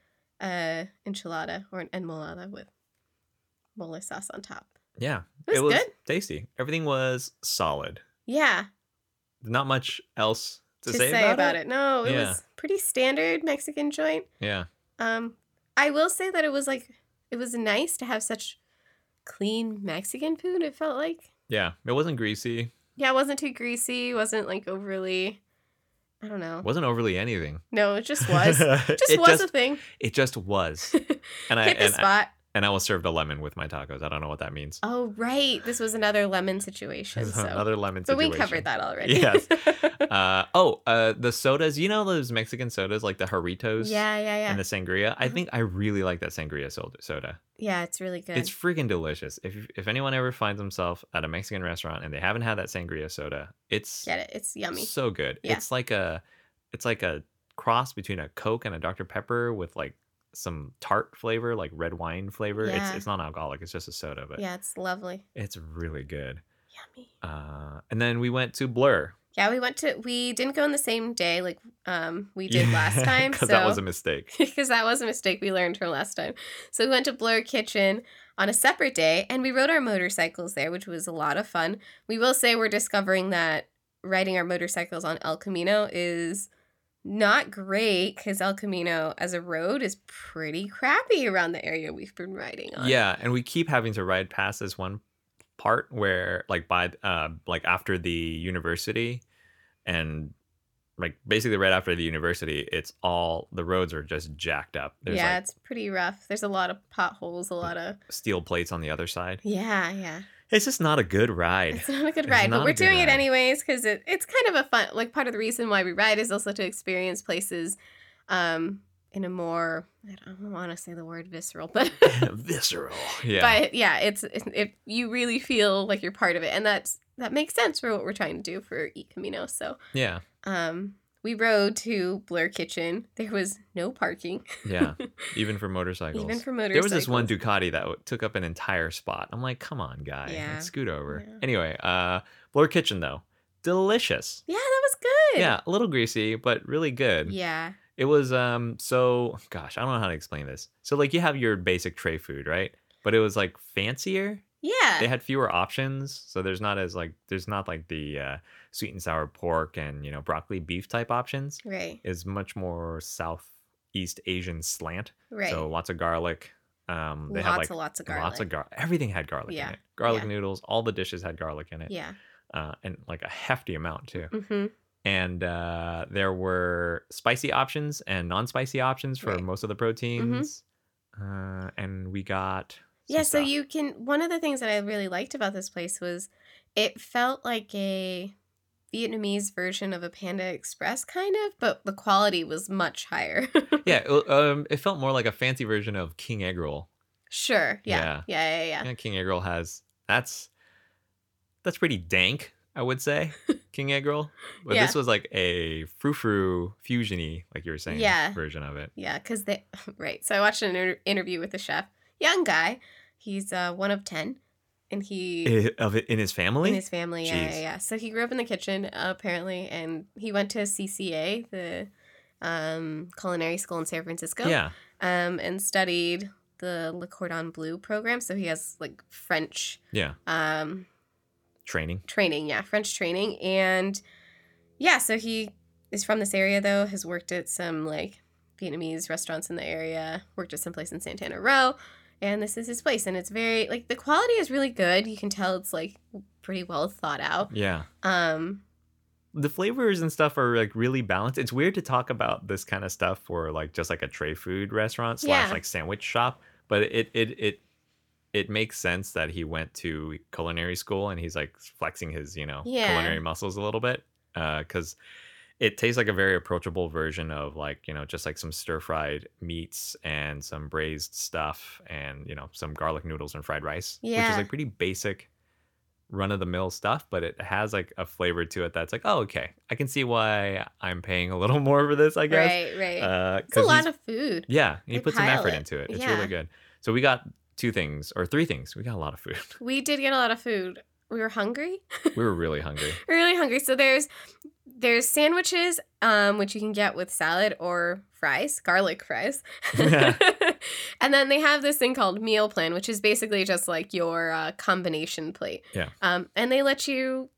B: uh enchilada or an enmolada with mole sauce on top.
A: Yeah.
B: It was,
A: it was
B: good.
A: tasty. Everything was solid.
B: Yeah.
A: Not much else to,
B: To, say, about, it. No, it
A: Yeah.
B: was pretty standard Mexican joint.
A: Yeah.
B: Um, I will say that it was like it was nice to have such clean Mexican food. It felt like
A: Yeah, it wasn't greasy.
B: yeah, it wasn't too greasy. wasn't like overly. I don't know.
A: It wasn't overly anything.
B: No, it just was. Just
A: it
B: was a
A: Just,
B: thing.
A: it just was. And I
B: Hit the
A: and, I
B: spot.
A: and I was served a lemon with my tacos. I don't know what that means.
B: oh right, this was another lemon situation. So,
A: Another lemon.
B: but we
A: situation.
B: covered that already.
A: Yes.
B: yeah,
A: Uh, oh, uh, the sodas. You know those Mexican sodas like the Jarritos
B: yeah, yeah,
A: and the sangria. I
B: Uh-huh.
A: think I really like that sangria sol- soda.
B: yeah. It's really good.
A: It's freaking delicious. If if anyone ever finds themselves at a Mexican restaurant and they haven't had that sangria soda, it's
B: Get it? It's yummy.
A: so good.
B: Yeah.
A: It's like a it's like a cross between a Coke and a Dr. Pepper with like some tart flavor, like red wine flavor. It's
B: Yeah.
A: it's non alcoholic, it's just a soda, but
B: Yeah, it's lovely.
A: it's really good.
B: Yummy.
A: Uh, and then we went to Blur.
B: Yeah, we went to. We didn't go on the same day like um we did last time.
A: Because
B: so
A: that was a mistake.
B: because that was a mistake we learned from last time. So we went to Blur Kitchen on a separate day and we rode our motorcycles there, which was a lot of fun. We will say we're discovering that riding our motorcycles on El Camino is not great because El Camino as a road is pretty crappy around the area we've been riding on.
A: Yeah, and we keep having to ride past this one part where like by uh like after the university and like basically right after the university, it's all the roads are just jacked up. There's
B: yeah,
A: like
B: it's pretty rough. There's a lot of potholes, a lot of.
A: steel plates on the other side.
B: Yeah, yeah.
A: It's just not a good ride.
B: It's not a good
A: It's
B: ride,
A: not
B: but
A: a
B: we're
A: good
B: doing
A: ride.
B: it anyways because it, it's kind of a fun. Like part of the reason why we ride is also to experience places, um, in a more I don't want to say the word visceral, but
A: Visceral. Yeah.
B: but yeah, it's it, it, you really feel like you're part of it, and that's that makes sense for what we're trying to do for E Camino. So,
A: yeah.
B: um, we rode to Blur Kitchen. There was no parking,
A: Yeah. Even for motorcycles.
B: even for motorcycles.
A: there was this one Ducati that w- took up an entire spot. I'm like, come on, guy. like,
B: Yeah.
A: scoot over.
B: Yeah.
A: Anyway, uh Blur Kitchen though. Delicious.
B: Yeah, that was good.
A: Yeah, a little greasy, but really good.
B: Yeah.
A: It was um so gosh, I don't know how to explain this. So like you have your basic tray food, right? But it was like fancier. They
B: Yeah.
A: had fewer options, so there's not as like there's not like the uh, sweet and sour pork and you know broccoli beef type options.
B: Right.
A: It's much more Southeast Asian slant.
B: Right.
A: So lots of garlic. Um, they
B: lots
A: had like
B: and lots of garlic.
A: lots of garlic. Everything had garlic
B: Yeah.
A: in it. Garlic
B: Yeah.
A: noodles. All the dishes had garlic in it.
B: Yeah.
A: Uh, and like a hefty amount too
B: Mm-hmm.
A: and uh, there were spicy options and non-spicy options for
B: Right. Mm-hmm.
A: most of the proteins. Uh, and we got some
B: Yeah, so
A: stuff.
B: you can. One of the things that I really liked about this place was it felt like a Vietnamese version of a Panda Express, kind of, but the quality was much higher.
A: yeah it, um, it felt more like a fancy version of king egg roll.
B: sure. Yeah. Yeah. Yeah. Yeah.
A: Yeah, king egg roll has that's that's pretty dank, I would say. king egg roll, but
B: Yeah.
A: this was like a frou frou fusiony, like you were saying,
B: Yeah.
A: version of it.
B: Yeah. Because they. Right. So I watched an inter- interview with the chef, young guy. He's uh, one of ten, and he
A: I- of it in his family.
B: In his family, yeah, yeah,
A: Jeez.
B: yeah. So he grew up in the kitchen uh, apparently, and he went to CCA, the um, culinary school in San Francisco,
A: yeah,
B: um, and studied the Le Cordon Bleu program. So he has like French
A: yeah,
B: um,
A: training.
B: training, yeah, French training, and yeah. So he is from this area though. Has worked at some like Vietnamese restaurants in the area. Worked at some place in Santana Row. And this is his place, and it's very like the quality is really good. You can tell it's like pretty well thought out.
A: Yeah.
B: Um,
A: the flavors and stuff are like really balanced. It's weird to talk about this kind of stuff for like just like a tray food restaurant slash
B: Yeah.
A: like sandwich shop, but it it it it makes sense that he went to culinary school and he's like flexing his you know
B: Yeah.
A: culinary muscles a little bit because it tastes like a very approachable version of like you know just like some stir fried meats and some braised stuff and you know some garlic noodles and fried rice, which
B: Yeah.
A: is like pretty basic run of the mill stuff, but it has like a flavor to it that's like, oh, okay, I can see why I'm paying a little more for this, I guess.
B: right, right.
A: Uh,
B: it's a lot
A: he's-
B: of food.
A: yeah, he
B: they
A: put some
B: pile
A: effort
B: it.
A: into it. It's
B: Yeah.
A: really good. So we got two things or three things. We got a lot of food.
B: We did get a lot of food. We were hungry,
A: we were really hungry.
B: We were really hungry. So there's there's sandwiches, um, which you can get with salad or fries, garlic fries, and then they have this thing called meal plan, which is basically just like your uh, combination plate.
A: Yeah.
B: Um, and they let you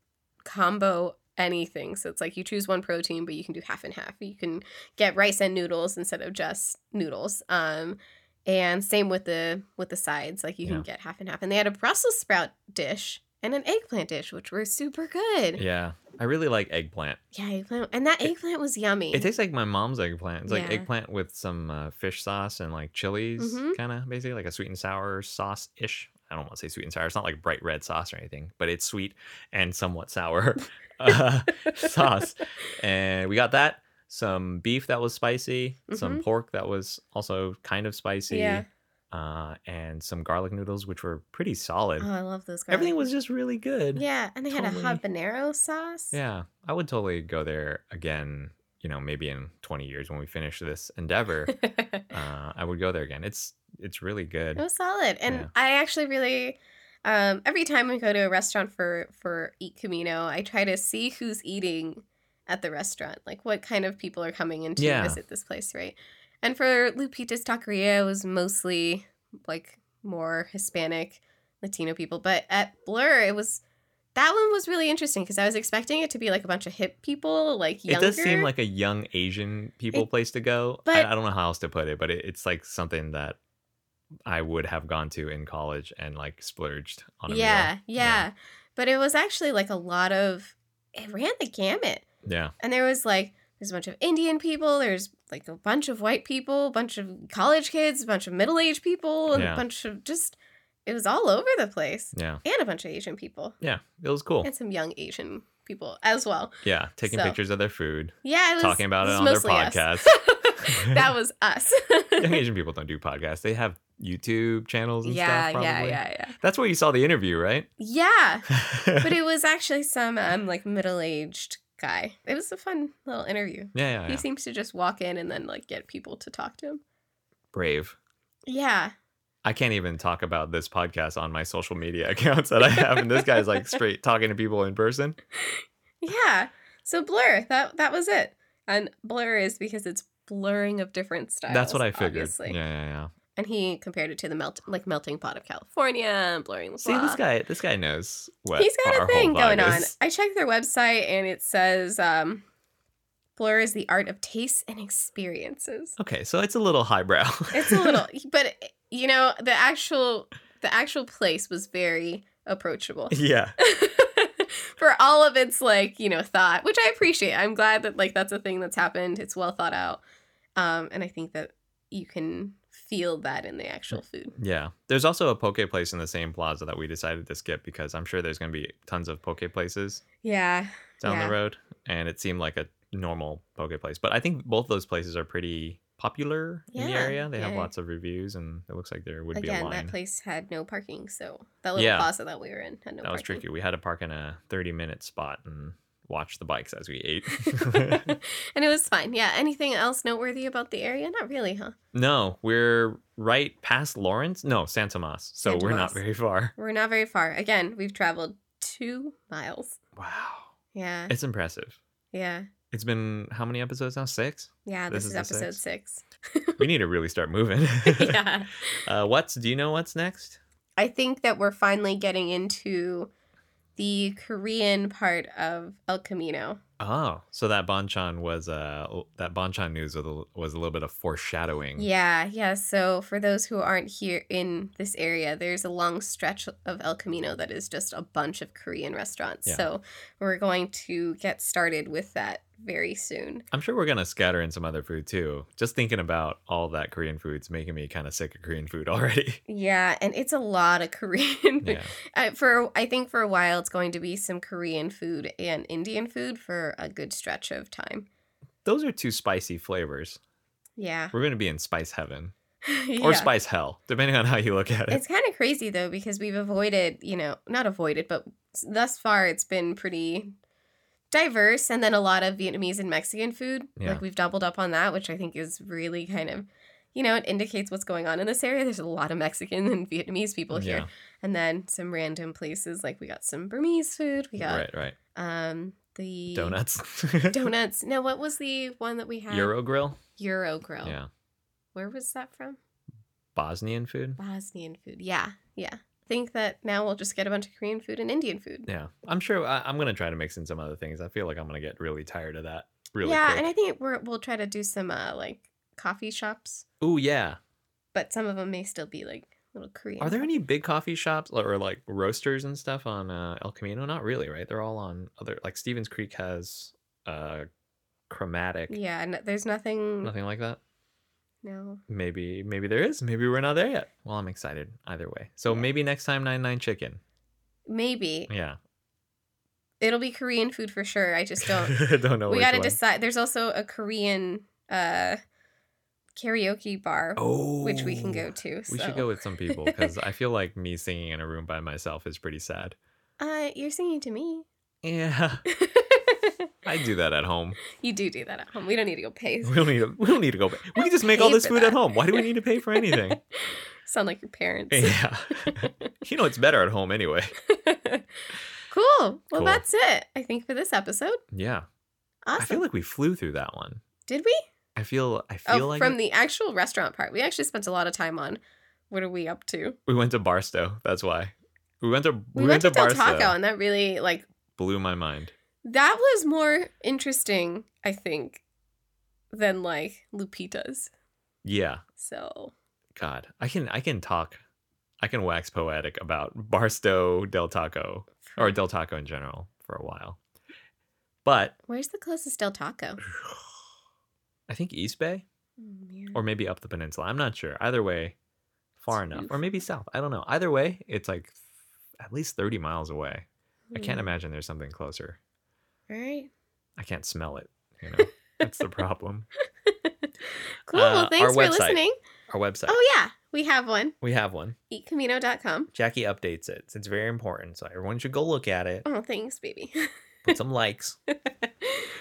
B: combo anything, so it's like you choose one protein, but you can do half and half. You can get rice and noodles instead of just noodles. Um, and same with the with the sides, like you can
A: Yeah.
B: get half and half. And they had a Brussels sprout dish and an eggplant dish, which were super good.
A: Yeah. I really like eggplant.
B: Yeah, eggplant, and that
A: It-
B: eggplant was yummy.
A: It tastes like my mom's eggplant. It's like
B: Yeah.
A: eggplant with some uh, fish sauce and like chilies,
B: Mhm.
A: kind of basically like a sweet and sour sauce ish. I don't want to say sweet and sour. It's not like bright red sauce or anything, but it's sweet and somewhat sour uh, sauce. And we got that some beef that was spicy, some pork that was also kind of spicy,
B: Mm-hmm. Yeah.
A: uh, and some garlic noodles, which were pretty solid.
B: oh, I love those. Garlic.
A: Everything was just really good.
B: Yeah, and they had a
A: totally-
B: habanero sauce.
A: Yeah, I would totally go there again. You know, maybe in 20 years when we finish this endeavor,
B: it
A: uh, I would go there again. It's it's really good.
B: was solid, and
A: Yeah.
B: I actually really. Um, every time we go to a restaurant for for Eat Camino, I try to see who's eating at the restaurant, like what kind of people are coming in to
A: Yeah.
B: visit this place, right? And for Lupita's Taqueria, it was mostly like more Hispanic, Latino people. But at Blur, it was that one was really interesting because I was expecting it to be like a bunch of hip people, like younger.
A: It does seem like a young Asian people
B: It-
A: place to go.
B: but-
A: I, I don't know how else to put it, but it, it's like something that I would have gone to in college and like splurged on a
B: yeah, yeah,
A: Yeah.
B: But it was actually like a lot of it ran the gamut,
A: meal. Yeah.
B: and there was like there's a bunch of Indian people, there's like a bunch of white people, a bunch of college kids, a bunch of middle aged people, and
A: Yeah.
B: a bunch of just it was all over the place,
A: Yeah.
B: and a bunch of Asian people
A: Yeah. It was cool.
B: and some young Asian people as well.
A: yeah. Taking
B: so-
A: pictures of their food,
B: Yeah, it was
A: talking about
B: it
A: it
B: was
A: on their
B: mostly us.
A: podcast.
B: that was us.
A: young Asian people don't do podcasts. They have YouTube channels and
B: yeah,
A: stuff.
B: yeah,
A: probably.
B: yeah, yeah,
A: That's where you saw the interview, right?
B: yeah. but it was actually some um like middle aged guy. It was a fun little interview.
A: yeah, yeah,
B: He
A: yeah.
B: seems to just walk in and then like get people to talk to him.
A: brave.
B: Yeah.
A: I can't even talk about this podcast on my social media accounts that I have, and this guy's like straight talking to people in person.
B: Yeah. So blur, that that was it. And blur is because it's blurring of different styles.
A: That's what I figured.
B: obviously.
A: Yeah, yeah, yeah.
B: And he compared it to the melt like melting pot of California and blurring the
A: See, this guy, this guy knows what.
B: He's got
A: our
B: a thing
A: whole
B: going
A: vibe
B: on.
A: is.
B: I checked their website and it says um, blur is the art of tastes and experiences.
A: Okay, so it's a little highbrow.
B: It's a little but you know, the actual the actual place was very approachable.
A: yeah.
B: for all of its like you know thought which i appreciate i'm glad that like that's a thing that's happened it's well thought out um and i think that you can feel that in the actual
A: Hmm.
B: food
A: Yeah. There's also a poke place in the same plaza that we decided to skip because I'm sure there's going to be tons of poke places
B: yeah
A: down
B: Yeah.
A: the road. And it seemed like a normal poke place. But I think both those places are pretty popular in the
B: Yeah,
A: area. They have
B: yeah.
A: lots of reviews and it looks like there would be a
B: again
A: line.
B: that place had no parking so that little
A: Yeah.
B: plaza that we were in had no
A: that was
B: parking
A: tricky. We had to park in a 30 minute spot and watch the bikes as we ate.
B: and it was fine yeah anything else noteworthy about the area not really huh
A: no, we're right past Lawrence. No, San Tomas. So
B: San
A: we're not
B: Tomas.
A: very far.
B: we're not very far again we've traveled two miles
A: Wow.
B: yeah
A: It's impressive.
B: yeah
A: It's been how many episodes now? Six?
B: yeah this,
A: This is
B: is,
A: the
B: episode
A: we need to really start moving.
B: six yeah
A: Uh, what's do you know what's next?
B: I think that we're finally getting into the Korean part of El Camino.
A: Oh, so that Bonchan was uh that Bonchan news was a, was a little bit of foreshadowing.
B: Yeah, yeah. So for those who aren't here in this area, there's a long stretch of El Camino that is just a bunch of Korean restaurants.
A: Yeah.
B: So we're going to get started with that very soon.
A: I'm sure we're gonna scatter in some other food too. Just thinking about all that Korean food's making me kind of sick of Korean food already.
B: Yeah, and it's a lot of Korean.
A: yeah,
B: Uh, for I think for a while it's going to be some Korean food and Indian food for a good stretch of time.
A: those are two spicy flavors.
B: Yeah.
A: We're gonna be in spice heaven
B: Yeah.
A: or spice hell, depending on how you look at it.
B: It's kind of crazy though because we've avoided, you know, not avoided, but s- thus far it's been pretty diverse and then a lot of Vietnamese and Mexican food.
A: Yeah.
B: Like we've doubled up on that, which I think is really kind of you know, it indicates what's going on in this area. There's a lot of Mexican and Vietnamese people here.
A: Yeah.
B: And then some random places like we got some Burmese food, we got
A: Right, right.
B: um the
A: Donuts.
B: Donuts. No, what was the one that we had?
A: Euro grill.
B: Euro Grill.
A: Yeah.
B: Where was that from?
A: Bosnian food.
B: Bosnian food. Yeah, yeah. Think that now we'll just get a bunch of Korean food and Indian food.
A: Yeah, I'm sure I, I'm gonna try to mix in some other things. I feel like I'm gonna get really tired of that. Really
B: yeah,
A: quick.
B: and I think we're, we'll try to do some uh, like coffee shops,
A: Ooh, yeah.
B: but some of them may still be like little Korean.
A: Are there
B: stuff.
A: any big coffee shops or, or, like roasters and stuff on uh, El Camino? Not really, right? They're all on other like Stevens Creek has uh chromatic,
B: Yeah, and there's nothing.
A: nothing like that.
B: No.
A: Maybe maybe there is. Maybe we're not there yet. Well, I'm excited either way. So
B: Yeah.
A: maybe next time nine nine chicken.
B: Maybe
A: Yeah.
B: it'll be Korean food for sure. I just don't.
A: don't know.
B: we
A: which
B: got to
A: one.
B: decide. There's also a Korean uh, karaoke bar
A: Oh,
B: which we can go to.
A: We
B: so.
A: should go with some people because I feel like me singing in a room by myself is pretty sad.
B: Uh, you're singing to me.
A: Yeah, I do that at home.
B: you do do that at home. We don't need to go pay.
A: We don't need to, we don't need to go. Back. We can just make all
B: Pay
A: this
B: for
A: food at
B: that.
A: home. Why do we need to pay for anything?
B: Sound like your parents.
A: yeah, you know it's better at home anyway.
B: cool. Well,
A: Cool.
B: that's it, I think, for this episode.
A: Yeah, I
B: Awesome.
A: feel like we flew through that one.
B: Did we?
A: I feel I feel
B: Oh,
A: like
B: from
A: it-
B: the actual restaurant part. We actually spent a lot of time on what are we up to?
A: we went to Barstow. That's why we went to
B: We, went to Del
A: Barstow.
B: Taco, and that really, like,
A: Blew my mind.
B: that was more interesting, I think, than, like, Lupita's.
A: Yeah,
B: So,
A: God, I can I can talk, I can wax poetic about Barstow Del Taco or Del Taco in general for a while, but
B: where's the closest Del Taco?
A: I think East Bay.
B: Mm, yeah.
A: or maybe up the peninsula. I'm not sure. Either way, far
B: It's
A: enough, or
B: beautiful.
A: maybe south. I don't know. Either way, it's like at least 30 miles away. I can't
B: Mm.
A: imagine there's something closer.
B: All right.
A: I can't smell it. You know, that's the problem.
B: Cool.
A: Uh,
B: well,
A: our
B: thanks for
A: website.
B: listening.
A: Our website,
B: Oh, yeah. We have one
A: we have one.
B: eatcamino.com.
A: Jackie updates it. It's very important, so everyone should go look at it.
B: Oh, thanks, baby.
A: Put some likes.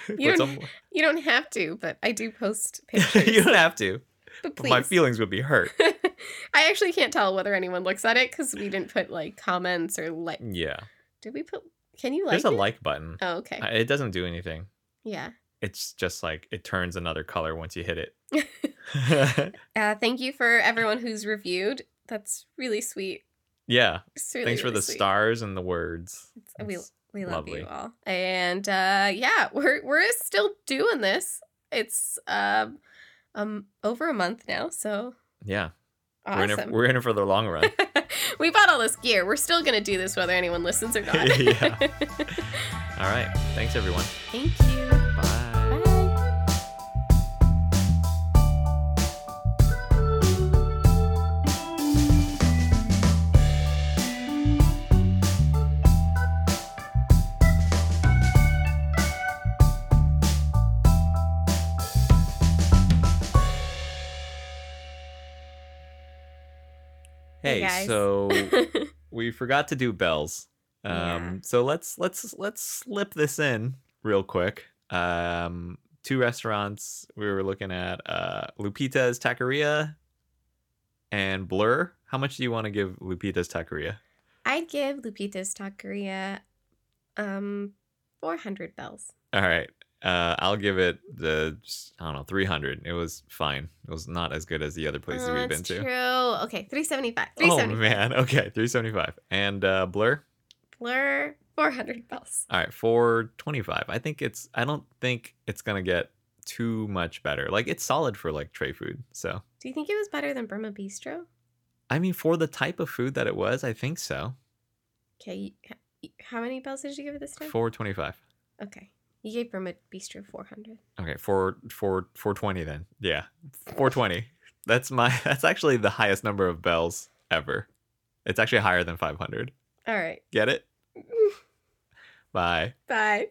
B: You don't,
A: Put some.
B: you don't have to, but I do post pictures.
A: you don't have to.
B: but
A: But
B: please.
A: my feelings would be hurt.
B: I actually can't tell whether anyone looks at it because we didn't put like comments or like.
A: Yeah,
B: Did we put? Can you like?
A: Mm. there's a
B: it?
A: like button.
B: Oh, okay.
A: I- It doesn't do anything.
B: yeah.
A: it's just like it turns another color once you hit it.
B: Uh, thank you for everyone who's reviewed. That's really sweet.
A: yeah.
B: It's really,
A: Thanks for
B: really
A: the
B: sweet.
A: stars and the words.
B: It's- we
A: That's
B: we love
A: lovely.
B: you all. And uh, yeah, we're we're still doing this. It's um um over a month now, so
A: yeah. We're in
B: awesome.
A: it, we're in it for the long run.
B: we bought all this gear. We're still gonna do this whether anyone listens or not.
A: Yeah. All right. Thanks everyone.
B: Thank you.
A: Bye.
B: Bye. Hey,
A: Hey,
B: guys.
A: so we forgot to do bells. Um
B: Yeah.
A: so let's let's let's slip this in real quick. Um two restaurants we were looking at uh Lupita's Taqueria and Blur. How much do you want to give Lupita's Taqueria?
B: I'd give Lupita's Taqueria um 400 bells.
A: All right. Uh, I'll give it the just, I don't know 300. It was fine. It was not as good as the other places
B: Oh,
A: we've
B: that's
A: been to.
B: True. Okay, 375.
A: Oh
B: 375.
A: man. Okay, 375. And uh, Blur.
B: Blur 400 bells.
A: All right, 425. I think it's I don't think it's going to get too much better. Like it's solid for like tray food. So,
B: Do you think it was better than Burma Bistro?
A: I mean for the type of food that it was, I think so.
B: Okay, you- how many bells did you give it this time?
A: 425.
B: Okay. You gave Burma Bistro 400.
A: Okay, 4 4 420 then. Yeah. 420. That's my that's actually the highest number of bells ever. It's actually higher than 500.
B: All right.
A: Get it? Bye.
B: Bye.